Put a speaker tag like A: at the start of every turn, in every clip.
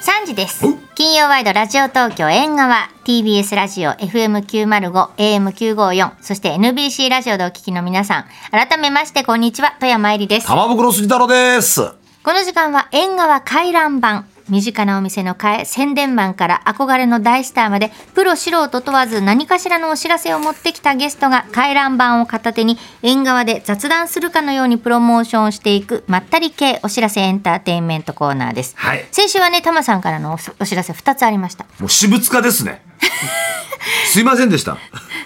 A: 3時です金曜ワイドラジオ東京縁側 TBS ラジオ FM905 AM954 そして NBC ラジオでお聞きの皆さん改めましてこんにちは富山えりです
B: 玉袋筋太郎です。
A: この時間は縁側回覧板身近なお店のかえ宣伝マンから憧れの大スターまでプロ素人問わず何かしらのお知らせを持ってきたゲストが回覧板を片手に縁側で雑談するかのようにプロモーションをしていくまったり系お知らせエンターテインメントコーナーです、
B: はい
A: 先週はねタマさんからのおお知らせ2つありま した
B: もう私物化で すね。すいませんでした。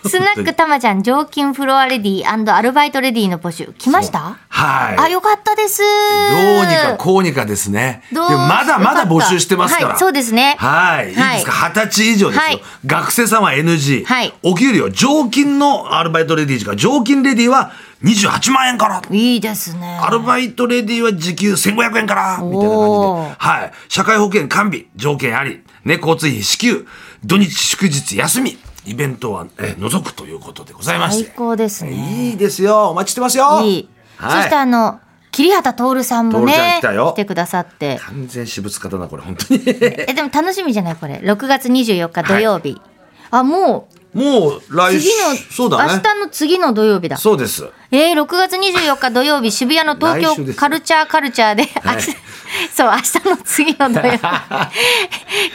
A: スナックたまちゃん常勤フロアレディーアルバイトレディーの募集来ました
B: はい。
A: あよかったですど
B: どうにかこうにかですね。で
A: ど
B: も
A: う
B: まだまだ募集してますから。
A: はいそうですね
B: はい。いいですか
A: はい
B: 二十歳以上ですよ。
A: はい
B: 学生さんは NG。
A: はい
B: お給料、常勤のアルバイトレディー時間、常勤レディーは28万円から。
A: いいですね
B: アルバイトレディーは時給1500円からみたいな
A: お
B: 感
A: ー
B: じで。はい。社会保険完備、条件あり。ね、交通費支給、土日祝日休み、イベントは、えー除くということでございまし
A: 最
B: て。
A: 高ですね
B: いいですよ。お待ちしてますよ。
A: いい、
B: は
A: そ
B: い、
A: してあの桐畑徹さんも
B: 徹ちゃん
A: ね
B: 来たよ
A: てくださって
B: 完全私物化だな、これ、本 当に。
A: えでも楽しみじゃないこれ6月24日土曜日、あもう
B: もう来週
A: 次の、
B: そうだ
A: 明
B: ね。
A: 日の次の土曜日だ
B: そうです。
A: えー、6月24日土曜日渋谷の東
B: 来週で
A: 京
B: す
A: カルチャーカルチャーで、
B: い
A: 明日 そう明日の次の土曜 日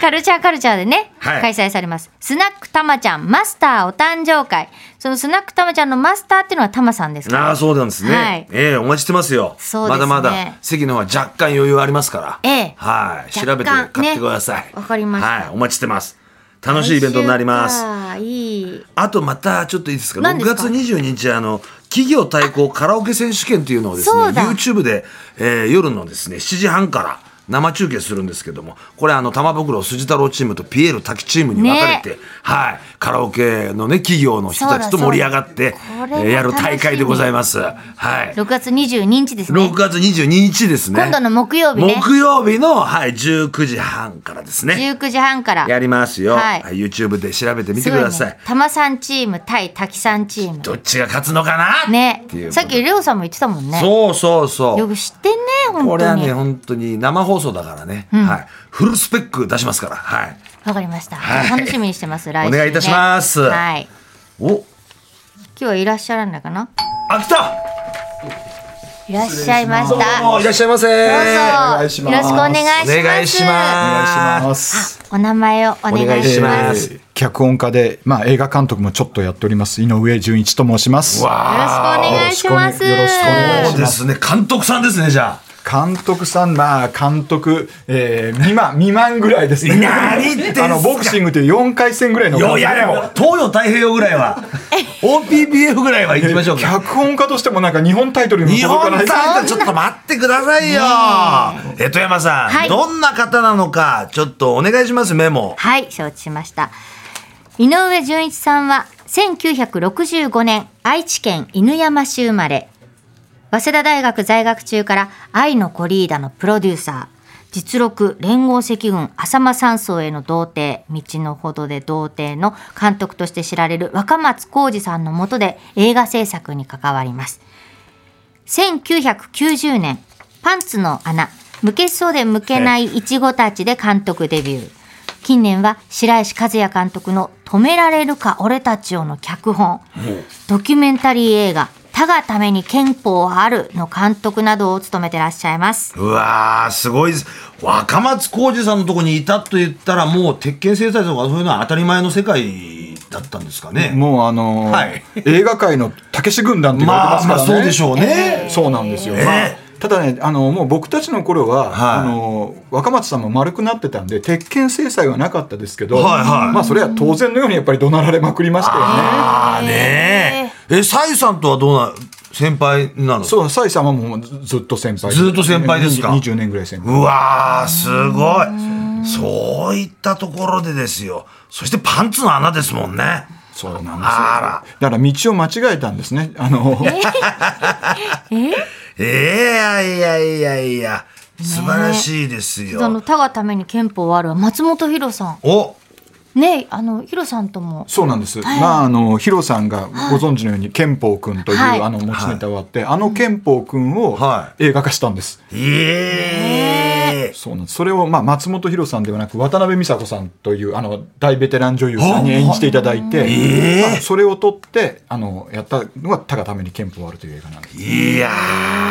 A: カルチャーカルチャーでね、
B: はい
A: 開催されますスナックたまちゃんマスターお誕生会そのスナックたまちゃんのマスターっていうのはたまさんですか
B: ああ、そうなんですね。
A: はい
B: ええお待ちしてますよ。
A: そうですね
B: まだまだ、席の方は若干余裕ありますから。
A: ええ
B: はい。調べて
A: 若干
B: 買ってください。
A: ねわかりました
B: はい。お待ちしてます。楽しいイベントになりま
A: 来
B: す。
A: 週かいい
B: あとまたちょっといいですか
A: 何ですか
B: 6月22日あの企業対抗カラオケ選手権というのをです
A: そ
B: ね
A: うだ
B: YouTube で、えー夜のですね7時半から生中継するんですけどもこれあの玉袋筋太郎チームとピエール滝チームに分かれて、はい、カラオケのね企業の人たちと盛り上がって
A: そうだそうだこ
B: えー
A: れは
B: や
A: 楽
B: る
A: しみ
B: 大会でございます。はい、
A: 6月22日ですね
B: 6月22日ですね
A: 今度の木曜日ね
B: 木曜日の、はい、19時半からですね
A: 19時半から
B: やりますよ、
A: はい
B: はい YouTube で調べてみて
A: す
B: く
A: ご
B: ださい
A: ね、玉さんチーム対滝さんチーム
B: どっちが勝つのかな
A: ね
B: っていうこと
A: さっきりょうさんも言ってたもんね
B: そうそうそ
A: よ
B: う。
A: く知ってんね本当に
B: これはね、本当に生放送だからね。はい。フルスペック出しますから。はい。
A: わかりました、
B: はい
A: 楽しみにしてます来週、ね、
B: お願いいたします
A: はい
B: お、
A: 今日はいらっしゃらないかな
B: あ、来た
A: いらっしゃいました
B: どうもいらっしゃいませ
A: どう
C: 願
A: ぞ
C: いし
A: よ
C: ます
A: ろしくお願いします
B: お願いし
C: お願いし
B: ます。
C: ます。
A: お名前をお願いし
B: お願
A: ま
B: いしますす
C: えー脚本家で、まあ、映画監督もちょっとやっております井上純一と申します。
A: よろしくお願いします
C: よろしくお願いし
B: そうですね。監督さんですね、じゃ
C: 監督さん、まあ、監督、えー、未満未満ぐらいですね。
B: 何言ってんすか
C: あのボクシングという4回戦ぐらい
B: あ。
C: の。
B: よ、いやでも、東洋太平洋ぐら いは、OPPF ぐらいは行きましょうか。
C: 脚本家としてもなんか日本タイトルに も
B: 日
C: 届か
B: 本
C: ない。
B: さんちょっと待ってくださいよ。え、富山さん、
A: はい
B: どんな方なのか、ちょっとお願いします、メモ。
A: はい、承知しました。井上純一さんは1965年愛知県犬山市生まれ。早稲田大学在学中から愛のコリーダのプロデューサー。実録連合赤軍浅間山荘への童貞道のほどで童貞の監督として知られる若松浩二さんのもとで映画制作に関わります1990年「パンツの穴」「無けそうでむけないいちごたち」で監督デビュー近年は白石和也監督の「止められるか俺たちを」の脚本ドキュメンタリー映画「他がために憲法はある」の監督などを務めてらっしゃいます
B: うわー、すごいです。若松浩二さんのとこにいたと言ったら、もう鉄拳制裁とかそういうのは当たり前の世界だったんですかね。
C: もうあのー
B: はい
C: 映画界のたけし軍団って言われて
B: ま
C: ま
B: あ、
C: すか
B: まあ、そ
C: らね。
B: うでしょうね。
C: そうなんですよ、
B: えー
C: まあ、ただねあのもう僕たちの頃は、
B: はい
C: あの若松さんも丸くなってたんで鉄拳制裁はなかったですけど、
B: はいはい
C: まあ、それは当然のようにやっぱり怒鳴られまくりましたよね。
B: あーねえ。え、さゆさんとはどうな、先輩なの
C: そう蔡さんはもうずっと先輩
B: ずっと先輩ですか
C: 20年ぐらい先輩
B: うわー、すごい。そういったところでですよ。そしてパンツの穴ですもんね。
C: そうなんですよ
B: あ
C: だから道を間違えたんですねあの、
B: ら。ええいやいやいやいや。素晴らしいです
A: その「
B: よ。
A: 他がために憲法はある」は松本博さん
B: お
A: ねあのヒロさんと も
C: そうなんです、
A: はい
C: まああのヒロさんがご存知のように憲法くんという、
A: はい
C: あの持ちネタがあって、あの憲法くんを
B: は
C: 映画化したんです、
B: ええ
C: そうなんですそれを、まあ、松本博さんではなく渡辺美佐子さんというあの大ベテラン女優さんに演じていただいて、
B: え
C: まあそれを取ってあのやったのが「たがために憲法ある」という映画なんです
B: いや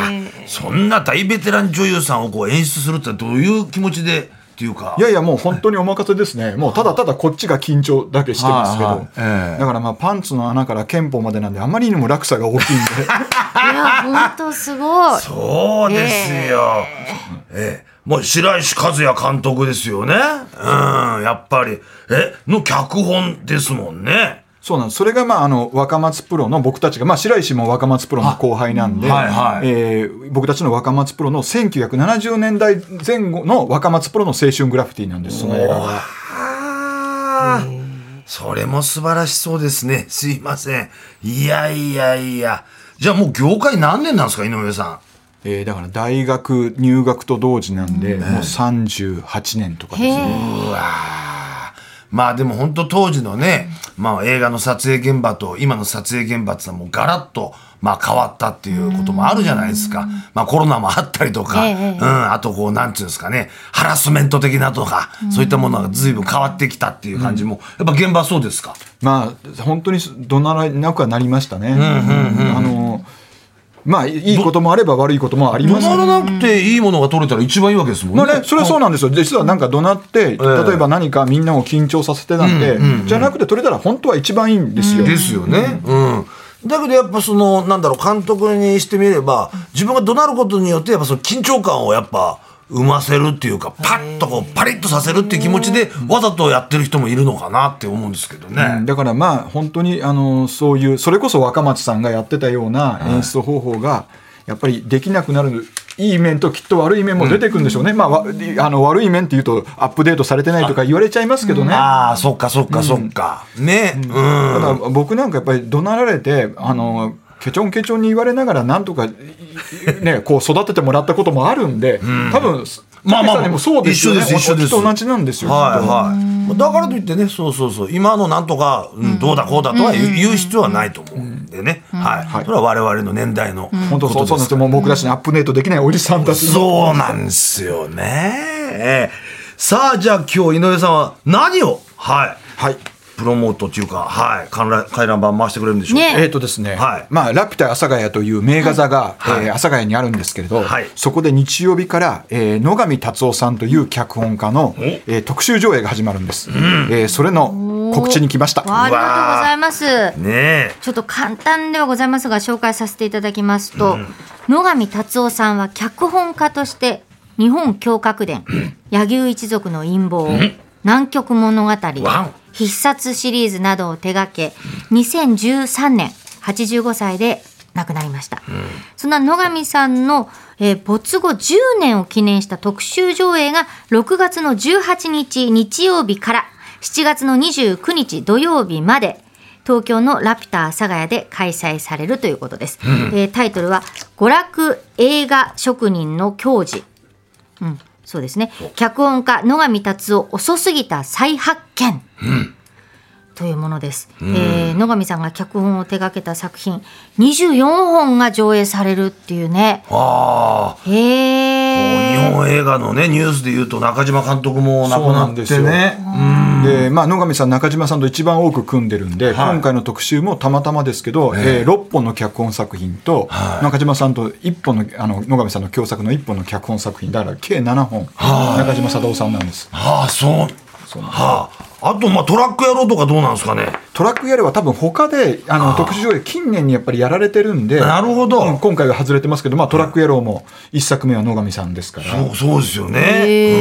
B: ーそんな大ベテラン女優さんをこう演出するってどういう気持ちでっていうか
C: いやいやもう本当にお任せですねもうただただこっちが緊張だけしてますけど、
B: はいはいええ
C: だからまあパンツの穴から憲法までなんであまりにも落差が大きいんで
A: いや本当すごい
B: そうですよ、ええもう白石和也監督ですよねうんやっぱりえの脚本ですもんね
C: そうなんですそれがまああの若松プロの僕たちが、まあ、白石も若松プロの後輩なんで、
B: はいはい
C: えー僕たちの若松プロの1970年代前後の若松プロの青春グラフィティなんですその映画が。
B: あーそれも素晴らしそうですねすいませんいやいやいやじゃあもう業界何年なんですか井上さん
C: えーだから大学入学と同時なんで、もう38年とかですね。
B: うわーまあでも本当当時のね、まあ映画の撮影現場と今の撮影現場ってのはもうガラッとまあ変わったっていうこともあるじゃないですか。まあコロナもあったりとか、
A: ええええ
B: うん、あとこうなんていうんですかね、ハラスメント的なとか、そういったものが随分変わってきたっていう感じも、やっぱ現場はそうですか。
C: まあ本当にどならなくはなりましたね。あのまあいいこともあれば悪いこともあり
B: 止
C: ます。
B: まらなくていいものが取れたら一番いいわけですもん
C: ま
B: ね。
C: あね、それはそうなんですよ実はなんか怒鳴って、例えば何かみんなを緊張させてなんて、じゃなくて取れたら本当は一番いいんですよ。
B: ですよね。うん。だけどやっぱそのなんだろう監督にしてみれば自分が怒鳴ることによってやっぱその緊張感をやっぱ生ませるっていうかパッとこうパリッとさせるっていう気持ちでわざとやってる人もいるのかなって思うんですけど
C: う
B: ね
C: ん。だからまあ本当にあのそういうそれこそ若松さんがやってたような演出方法がやっぱりできなくなるいい面ときっと悪い面も出てくるんでしょうね、まあわあの悪い面っていうとアップデートされてないとか言われちゃいますけどね。
B: ああそっかそっかそっか。ね。うん。
C: ただ僕なんかやっぱり怒鳴られてあのケチョンケチョンに言われながらなんとか、いいね、こう育ててもらったこともあるんで、多分
B: まあまあ
C: 武さんにもそうですよね
B: 一緒です一緒です
C: おおきと同じなんですよ、
B: はい
C: きっと
B: はい。だからといってね、そうそうそう、今のなんとか、うん、どうだこうだとは言う言う必要はないと思うんでね。はい。それは我々の年代の
C: 本当
B: こと
C: そうそう
B: で
C: な
B: す
C: んですよもう僕たちにアップデートできないおじさんたちの
B: そうなんですよね。ええさあ、じゃあ今日井上さんは何を、はい、
C: はい
B: プロモートっていうか、はい、観覧回覧板回してくれるんでしょうか。
A: ね
C: えーとですね
B: はい
C: まあ、ラピュタ阿佐ヶ谷という名画座が、
B: はい
C: えー阿佐ヶ谷にあるんですけれど、
B: はい
C: そこで日曜日から、えー野上達夫さんという脚本家の、えー特集上映が始まるんです、えーそれの告知に来ました
A: わあありがとうございます
B: ねえ。
A: ちょっと簡単ではございますが紹介させていただきますと、野上達夫さんは脚本家として日本共革伝、柳生一族の陰謀、南極物語
B: わお
A: 必殺シリーズなどを手掛け2013年85歳で亡くなりました、そんな野上さんの、えー没後10年を記念した特集上映が6月の18日日曜日から7月の29日土曜日まで東京のラピュタ阿佐ヶ谷で開催されるということです、えータイトルは「娯楽映画職人の矜持」うん、そうですね脚本家野上達夫遅すぎた再発見、というものです、えー野上さんが脚本を手掛けた作品24本が上映されるっていうね
B: ああ、
A: へえ
B: 日本映画のね、ニュースで言うと中島監督も亡くなってね。
C: で、まあ、野上さん、中島さんと一番多く組んでるん
B: は
C: で、
B: い
C: 今回の特集もたまたまですけど、えー6本の脚本作品と、中島さんと1本のあの野上さんの共作の1本の脚本作品、だから計7本、中島貞夫さんなんです。
B: はあ、そう。はあ。あと、まあ、トラック野郎とかどうなんですかね。
C: トラックやれば多分他であの特殊上映近年にやっぱりやられてるんで
B: なるほど
C: うん今回は外れてますけど、まあ、トラック野郎も一作目は野上さんですから
B: そうそうですよね。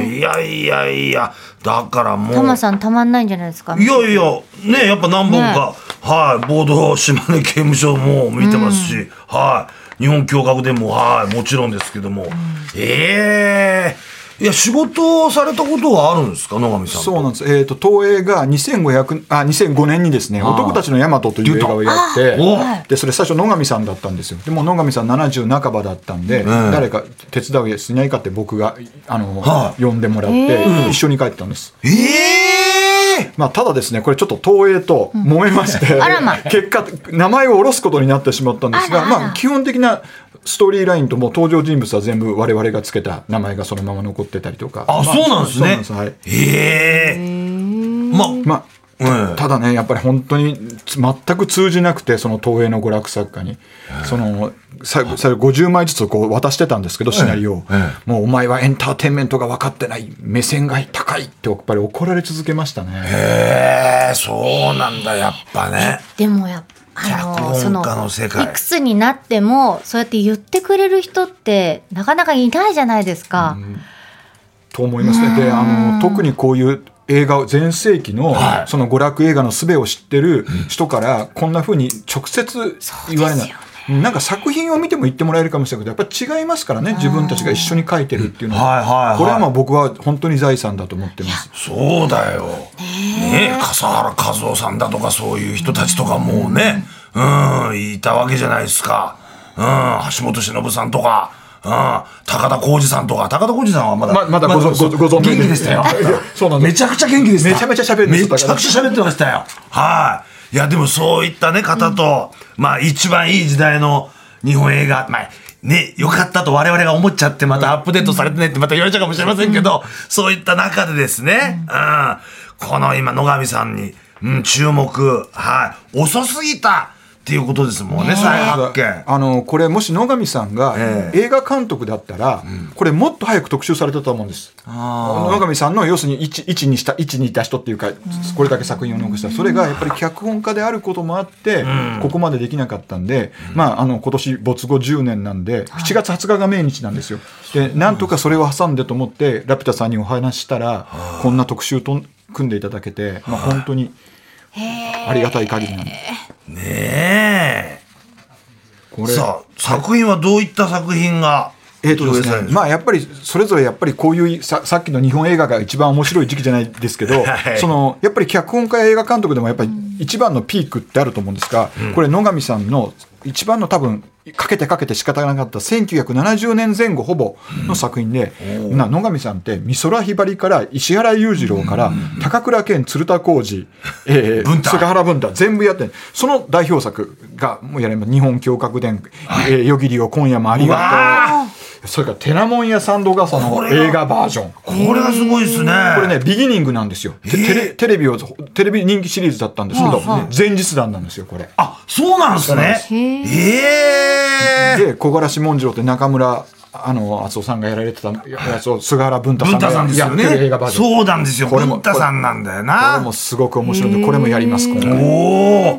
B: うん。いやいやいや。だからもう。
A: タマさんたまんないんじゃないですか
B: いやいや、ね、やっぱ何本か、はい、ボード島根刑務所も見てますし、はい、日本共学でも、はい、もちろんですけども、ええいや、仕事をされたことはあるんですか、野上さん。
C: そうなんです、えー、と東映が2500あ2005年にですね「男たちのヤマト」という映画をやって
B: おはい
C: でそれ最初野上さんだったんですよでも野上さん70半ばだったんで、誰か手伝うやついないかって僕があの、
B: は
C: 呼んでもらって、一緒に帰ったんです
B: ええ
C: まあ、ただですねこれちょっと東映と揉めまして、
A: あらま
C: 結果名前を下ろすことになってしまったんですが
A: あらあら
C: まあ、基本的なストーリーラインともう登場人物は全部我々がつけた名前がそのまま残ってたりとか
B: あ、
C: ま
B: そうなんです
C: そうな
B: ね
C: んですはい。
B: へえま
C: まあ
B: あ、うん
C: ただねやっぱり本当につ全く通じなくてその東映の娯楽作家にそのさそれ50枚ずつこう渡してたんですけどシナリオを
B: え
C: もうお前はエンターテインメントが分かってない目線が高いってやっぱり怒られ続けましたね
B: へえそうなんだやっぱね
A: でもやっぱあの
B: 脚
A: そ
B: 本
A: の
B: 家の世界
A: いくつになってもそうやって言ってくれる人ってなかなかいないじゃないですか。
C: と思いますねであの特にこういう映画を全盛期の
B: はい
C: その娯楽映画のすべを知ってる人からこんなふうに直接言わ
A: そう
C: れな
A: です
C: い
A: よ。
C: なんか作品を見ても言ってもらえるかもしれないけどやっぱり違いますからね自分たちが一緒に書いてるっていうの
B: はいはいはい
C: これはもう僕は本当に財産だと思ってます。
B: そうだよねえ笠原和夫さんだとかそういう人たちとかもうねうんいたわけじゃないですかうん橋本忍さんとかうん高田浩二さんとか高田浩二さんはまだ
C: ままだご存ごご存命
B: 元気 でしたよ
C: そうなんです
B: めちゃくちゃ元気でした
C: めちゃめちゃ喋るんです
B: めちゃくちゃ喋ってましたよはいいやでもそういったね方と、まあ一番いい時代の日本映画まあね、よかったと我々が思っちゃってまたアップデートされてないってまた言われちゃうかもしれませんけど、そういった中でですね、うん、この今野上さんに、うん、注目、はい、遅すぎたっていうことですもんね、再発見。
C: あのこれもし野上さんが
B: ええ
C: 映画監督だったら、これもっと早く特集されてたと思うんです野上さんの要するに1にした1にいた人っていうかこれだけ作品を残したそれがやっぱり脚本家であることもあって、ここまでできなかったんで、まあ、あの今年没後10年なんで7月20日が命日なんですよでなんとかそれを挟んでと思ってラピュタさんにお話ししたらこんな特集と組んでいただけて、まあ、本当にありがたい限りなんで
B: ね
C: こ
B: え。さあ、作品はどういった作品が
C: えーとですね、
B: ま
C: まあやっぱりそれぞれやっぱりこういうささっきの日本映画が一番面白い時期じゃないですけど、
B: はい
C: そのやっぱり脚本家や映画監督でもやっぱり一番のピークってあると思うんですが、これ野上さんの一番の多分かけてかけて仕方がなかった1970年前後ほぼの作品で、な野上さんって美空ひばりから石原裕次郎から高倉健鶴田浩二、えー
B: 文太
C: それから原文太全部やってその代表作がもうやれます日本教閣伝、えー夜霧を今夜もあり
B: うわ
C: が
B: ー
C: とう。それからテナモンやサンドガサの映画バージョン。こ
B: これがすごいですね。
C: れね、ビギニングなんですよ。てテレテレビを、テレビ人気シリーズだったんですけど、前日談なんですよ、これ。
B: あ、そうなんですね。ええ
C: で、小柄志文次郎って中村、あの、敦夫さんがやられてた、やつを菅原文太
B: 文
C: さん
B: 太さん
C: が
B: です
C: や
B: よ
C: ってる映画バ
B: ね。
C: ージョン。
B: そうなんですよ。
C: これ
B: 文
C: も
B: 太さんなんだよ
C: これ
B: な
C: も。すごく面白いんで、これもやります、今回。
B: お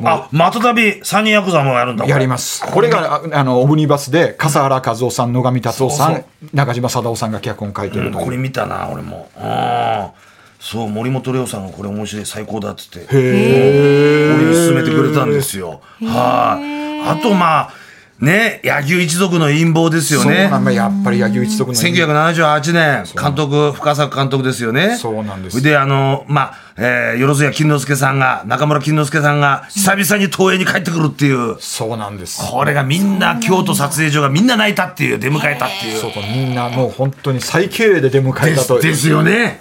B: お。あ、またたびサニーヤクザもやるんだ。これ
C: やります。これが、ああの、オブニバスで、笠原和夫さん、野上達夫さ、
B: そうん
C: 中島貞夫さんが脚本書いてるという
B: これ見たな、俺も。うん。そう、森本レオさんがこれ面白い、最高だっつって。俺に勧めてくれたんですよ。はい。あと、まあ、ね、柳生一族の陰謀ですよ
C: そう
B: ね。
C: なんだやっぱり野球一族の人間。
B: 1978年、監督、深作監督ですよね。
C: そうなんです
B: で、あの、まあ、えー、よろずや金之助さんが、中村金之助さんが、久々に東映に帰ってくるっていう、
C: そうなんです。
B: これがみんな、京都撮影所がみんな泣いたっていう、出迎えたってい
C: そう
B: う。
C: かみんなもう本当に最敬礼で出迎え
B: で
C: たと
B: すですよね。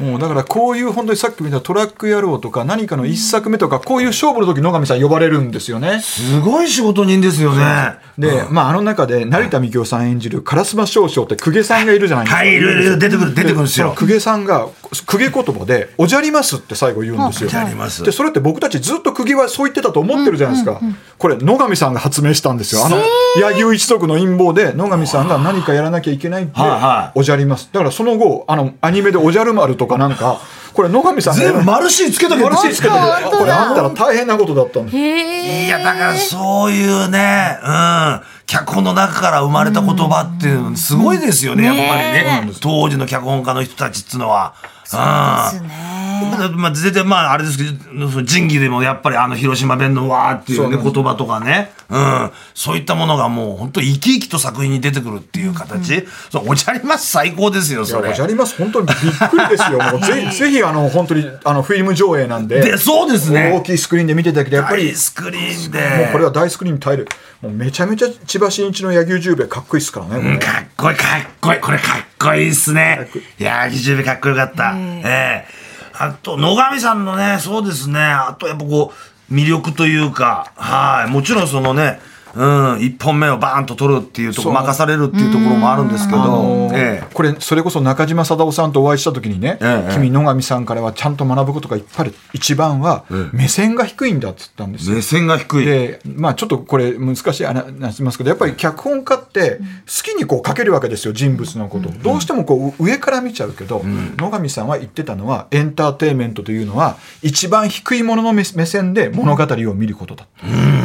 C: もうだからこういう本当にさっき見た「トラック野郎」とか何かの一作目とかこういう勝負の時野上さん呼ばれるんですよね。
B: すごい仕事人ですよね。
C: で、まあ、あの中で成田幹夫さん演じる烏丸少将って公家さんがいるじゃないですか。
B: はい、いろいろ出てくる、出てくるんです
C: その
B: よ。
C: 公家さんが公家言葉で「おじゃります」って最後言うんですよ。
B: おじゃります
C: でそれって僕たちずっと公家はそう言ってたと思ってるじゃないですか、これ野上さんが発明したんですよあの柳生一族の陰謀で野上さんが何かやらなきゃいけないって
B: はいは
C: 「おじゃります」だからその後あのアニメで「おじゃる丸」とかなんかこれ野上さんが
B: 全部丸 C つけとけ
C: マルシーつけてる
A: 本当だ
C: これあったら大変なことだったんです
A: へえ。
B: いや、だからそういうね、うん、脚本の中から生まれた言葉っていうの、すごいですよね、やっぱりね。当時の脚本家の人たちっていうのは。うんまあまあ、全然まああれですけどその仁義でもやっぱりあの広島弁の「わ」っていう,、ね、言葉とかね、うん、そういったものがもう本当生き生きと作品に出てくるっていう形、そうおじゃります最高ですよ
C: いや
B: そ
C: お
B: れ
C: じゃります本当にびっくりです よもうぜひぜひあの本当にあのフィルム上映なんで
B: でそうですね
C: 大きいスクリーンで見ていただけてやっぱり
B: 大スクリーンで
C: もうこれは大スクリーンに耐えるもうめちゃめちゃ千葉真一の野球十兵衛かっこいいですからね、こ
B: かっこい
C: れ
B: いかっこいいこれかっこいいっすねいやー非常にかっこよかったええあと、野上さんのね、そうですね、あとやっぱこう、魅力というか、はい、もちろんそのね、うん、一本目をバーンと取るっていうとこ
C: そう
B: 任されるっていうところもあるんですけど、
C: あのー
B: ええ
C: これそれこそ中島貞夫さんとお会いした時にね、
B: ええ
C: 君野上さんからはちゃんと学ぶことがいっぱいある一番は
B: ええ
C: 目線が低いんだっつったんですよ
B: 目線が低い。
C: でまあ、ちょっとこれ難しい話しますけどやっぱり脚本家って好きにこう書けるわけですよ人物のこと、どうしてもこう上から見ちゃうけど、野上さんは言ってたのはエンターテインメントというのは一番低いものの目目線で物語を見ることだ、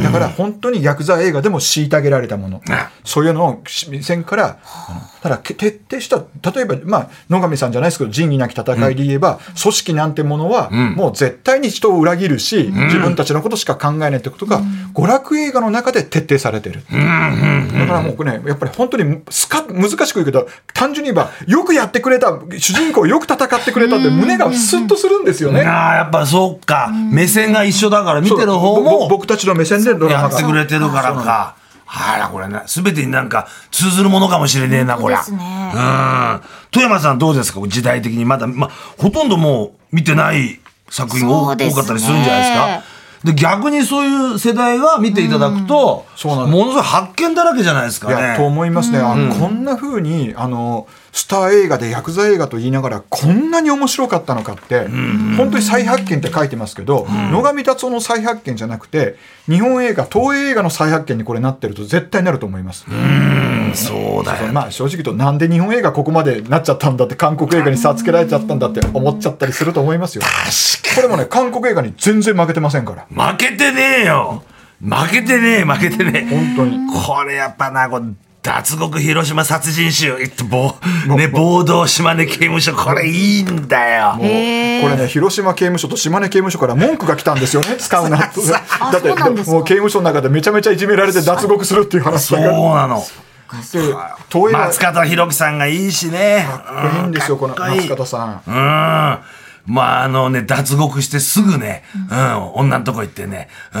C: だから本当にヤクザ映画でも虐げられたもの、そういうのを目線からあのただけ徹底した例えば、まあ、野上さんじゃないですけど仁義なき戦いで言えば、組織なんてものは、もう絶対に人を裏切るし、自分たちのことしか考えないってことが、娯楽映画の中で徹底されてる、だからもうねやっぱり本当にスカ難しく言うけど単純に言えばよくやってくれた主人公よく戦ってくれたって胸がスッとするんですよね。
B: ああ、やっぱそうか、目線が一緒だから見てる方
C: そうぼ
B: も
C: 僕たちの目線でドラ
B: や
C: マ
B: ってく
C: が
B: れてるからか。あら、これね、すべてになんか通ずるものかもしれねえな、こりゃ。
A: 本当ですね
B: うん。富山さんどうですか時代的にまだ、まあ、ほとんどもう見てない作品
A: そ
B: 多
A: うですね
B: 多かったりするんじゃないですかで逆にそういう世代は見ていただくと、
C: そうなんです
B: ものすごい発見だらけじゃないですか
C: いや
B: ね。
C: と思いますね、あこんな風にあのスター映画でヤクザ映画と言いながらこんなに面白かったのかって、本当に再発見って書いてますけど、野上達夫の再発見じゃなくて日本映画東映映画の再発見にこれなってると絶対なると思います、
B: うんそうだよね。
C: まあ正直言うとなんで日本映画ここまでなっちゃったんだって韓国映画に差つけられちゃったんだって思っちゃったりすると思いますよこれもね韓国映画に全然負けてませんから
B: 負けてねえよ負けてねえ負けてねえ
C: 本当に
B: これやっぱなこう脱獄広島殺人集えっと暴,、ね、暴動島根刑務所これいいんだよ
C: もうこ
A: へー
C: れね広島刑務所と島根刑務所から文句が来たんです よね使うなって
A: あ
C: だって
A: そうなんですか
C: もう刑務所の中でめちゃめちゃいじめられて脱獄するっていう話
B: そう
C: だから
B: なの
C: で東映が
B: 松方弘樹さんがいいしね
C: いいんですよこの
B: かっこいい
C: 松方さん
B: うんまああのね脱獄してすぐね、うん、女のとこ行ってね、うん、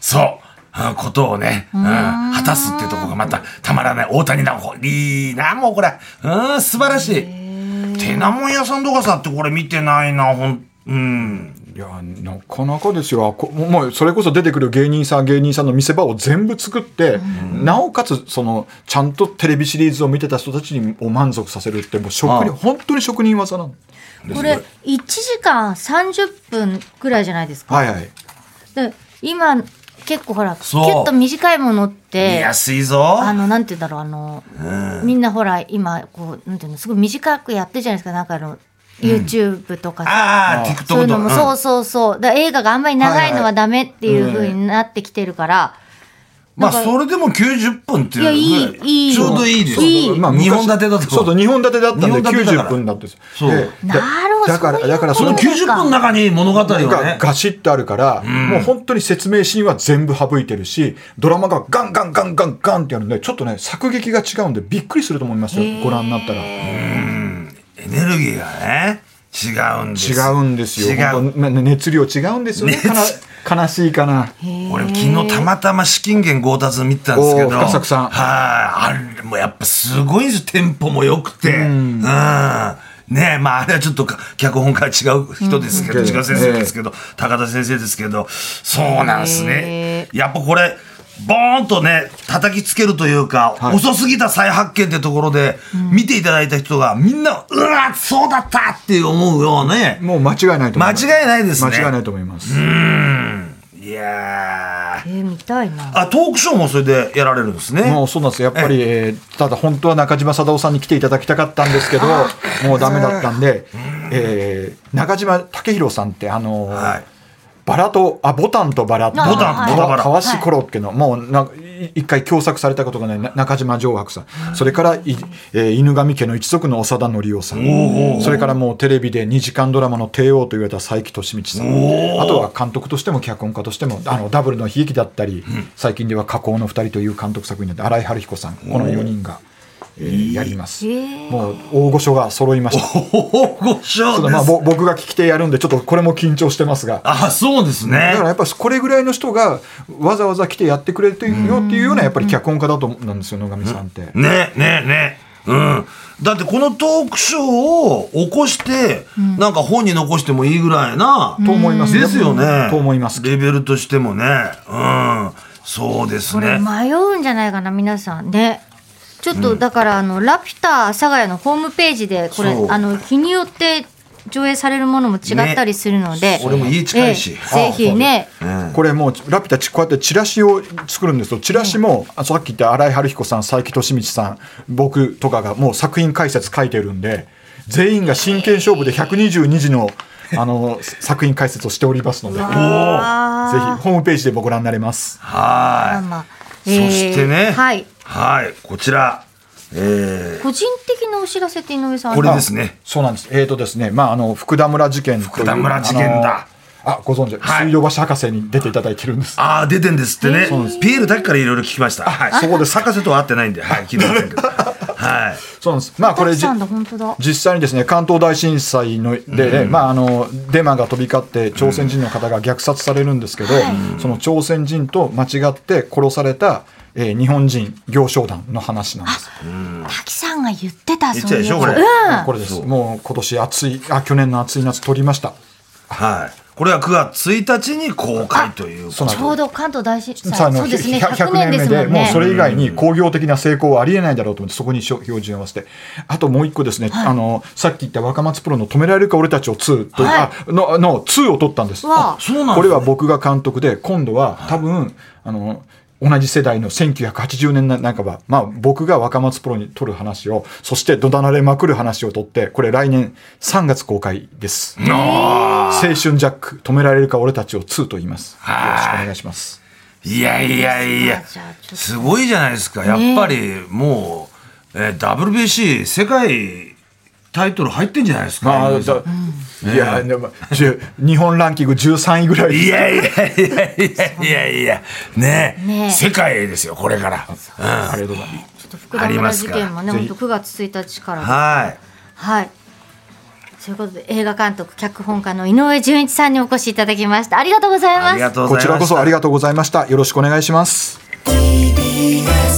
B: そう、うん、ことをね、うん、果たすってとこがまたたまらない大谷直子いいなもうこれうん素晴らしいてなもん屋さんとかさってこれ見てないなほんうん
C: いやなかなかですよあこもうもうそれこそ出てくる芸人さん芸人さんの見せ場を全部作って、なおかつそのちゃんとテレビシリーズを見てた人たちにを満足させるってもう職人
B: ああ
C: 本当に職人技なの
A: これ1時間30分くらいじゃないですか。
C: はいはい
A: で今結構ほらキ
B: そ
A: ュ
B: う
A: ッと短いものっ
B: 見
A: て
B: やすいぞ
A: あのなんて言うんだろうあの、みんなほら今こうなんていうのすごい短くやってるじゃないですかなんかあの YouTube とかさ。
B: ああ TikTok
A: そういうのも、
B: と
A: そうそうそうだから映画があんまり長いのはダメっていう風になってきてるから、
B: まあ
A: なんか
B: それでも90分っていうぐらい
A: いやいいいい
B: ちょうどいいですよ
A: いい
C: まあ
B: 二
C: 昔
B: 本立てだと
C: そうそう、2本立てだったんで、
B: 二本立てだから
C: 90分だったんです。
B: そう
C: で
A: なるほど
C: だから、
A: そういうこと
C: だから、
B: そ
C: そ
B: の
C: の
A: き
B: 90分の中に物語をね
C: がガシッとあるから、もう本当に説明シーンは全部省いてるし、ドラマがガンガンガンガンガンってやるんで、ちょっとね、作劇が違うんで、びっくりすると思いますよ、ご覧になったら。
B: エネルギーがね、違うんです。
C: 違うんですよ。
B: 違
C: 本
B: う。
C: 当ま熱量違うんですよね。
B: 熱
C: かな悲しいかな。
B: 俺昨日たまたま資金源強奪見てたんですけど。
C: おー深作さん
B: はい。あれもやっぱすごいんですよ。テンポも良くて。うん。ねえ、まああれはちょっとか脚本家は違う人ですけど、
C: うん
B: 違う先生ですけど、高田先生ですけど、そうなんですね。やっぱこれ、ボーンとね、叩きつけるというか、
C: はい
B: 遅すぎた再発見ってところで、見ていただいた人がみんな、うわ、そうだったって思うようなね、
C: もう間違いないと思います。
B: 間違いないですね
C: 間違いないと思います。
B: いやー
A: えー、見たいな。
B: あトークショーもそれでやられるんですね。
C: もうそうなんですよやっぱり、えーただ本当は中島貞夫さんに来ていただきたかったんですけどもうダメだったんで、えー中島武宏さんってあのー
B: はい
C: バラとあボタンとバラボ
A: タンはい
B: ボタンバラ
C: たわしコロッケの、もうなんかい一回共作されたことがないな中島上白さんそれからい、えー犬神家の一族の長田則夫さんそれからもうテレビで2時間ドラマの帝王と言われた佐伯利道さんあとは監督としても脚本家としてもあのダブルの悲劇だったり、最近では「加工の二人」という監督作品で新井春彦さんこの4人が、えーやります、
A: へー
C: もう大御所が揃いました
B: ご賞
C: ただ
B: で
C: まあ
B: す。
C: ぼ僕が聞き手やるんでちょっとこれも緊張してますが
B: あ、そうですね
C: だか。らやっぱりこれぐらいの人がわざわざ来てやってくれてるよっていうようなやっぱり脚本家だと思うんですよ野上さんって。
B: ね、ね、ね。うん。だってこのトークショーを起こして、なんか本に残してもいいぐらいな、
C: と思います
B: ですよね
C: と思います
B: レベルとしてもねうんそうです
A: これ
B: ね
A: 迷うんじゃないかな皆さんねちょっとだからあの、ラピュタ阿佐ヶ谷のホームページでこれ
B: そう
A: あの日によって上映されるものも違ったりするので、
B: ね俺も家近いし
A: ええぜひね
C: これもう「ラピュタ」ちこうやってチラシを作るんですよチラシも、あさっき言った新井春彦さん佐伯利道さん僕とかがもう作品解説書いてるんで全員が真剣勝負で122字のあの作品解説をしておりますのでぜひホ
A: わー
C: ームページでご覧になれます。
A: まあ
B: は
A: まあ
B: い、そしてね、
A: えーはい
B: はいこちら、えー
A: 個人的なお知らせって井上さんあり
B: こ
A: ます
B: れですね
C: そうなんです。えーとですね、まああの福田村事件という
B: 福田村事件だ。
C: あのあ、ご存知、
B: はい
C: 水道橋博士に出ていただいてるんです。
B: ああ出てんですってね、ピエールだけからいろいろ聞きましたはいそこで博士とは会ってないんではい聞いてません けどはい
C: そうなんです。まあこれ
A: たく
C: じ
A: さんだ本当だ
C: 実際にですね関東大震災のでね、まああのデマが飛び交って朝鮮人の方が虐殺されるんですけど、その朝鮮人と間違って殺された、えー日本人行商団の話なんです。
A: 滝さんが言ってた
B: 言っ
A: そ
B: て
A: う
B: たで
A: い
B: し
A: う
B: ょこれ、
C: これです。もう今年暑いあ去年の暑い夏取りました。
B: はいこれは9月1日に公開という
C: そうなん
A: ち
C: です
A: ょうど関東大震
C: さあ
A: 災
C: の
A: そうですね
C: ひゃ
A: 100年ですもん
C: もう
A: ね
C: それ以外に工業的な成功はありえないだろうと思って、そこに標準を合わせて、あともう一個ですね、あのさっき言った若松プロの止められるか、俺たちを2という
A: は
C: か、のの2を取ったんです。
A: わあ
B: そうなんですね
C: これは僕が監督で、今度は多分あの同じ世代の1980年代半ば、まあ、僕が若松プロに取る話を、そしてどだなれまくる話を取って、これ、来年3月公開です。青春ジャック、止められるか、俺たちを2と言います。よろしくお願いします。
B: いやいやいや
A: じゃあちょっと
B: すごいじゃないですかやっぱりもう、えー WBC 世界タイトル入ってんじゃないですか、
C: まあ、だいや、でも、じゅ日本ランキング13位ぐらい。
B: いやいやいやいやいやいやねえ
A: ねえ
B: 世界ですよこれから、うん、
C: ありがとうございます。
A: ちょっと福田村事件もね
C: ありますから
A: 本当9月1日から
B: はい
A: はい。ということで映画監督脚本家の井上純一さんにお越しいただきました。ありがとうございます。
B: ありがとうご
C: こ
B: ざいまし
C: ち
B: た
C: らこそありがとうございました。よろしくお願いします。
D: TBS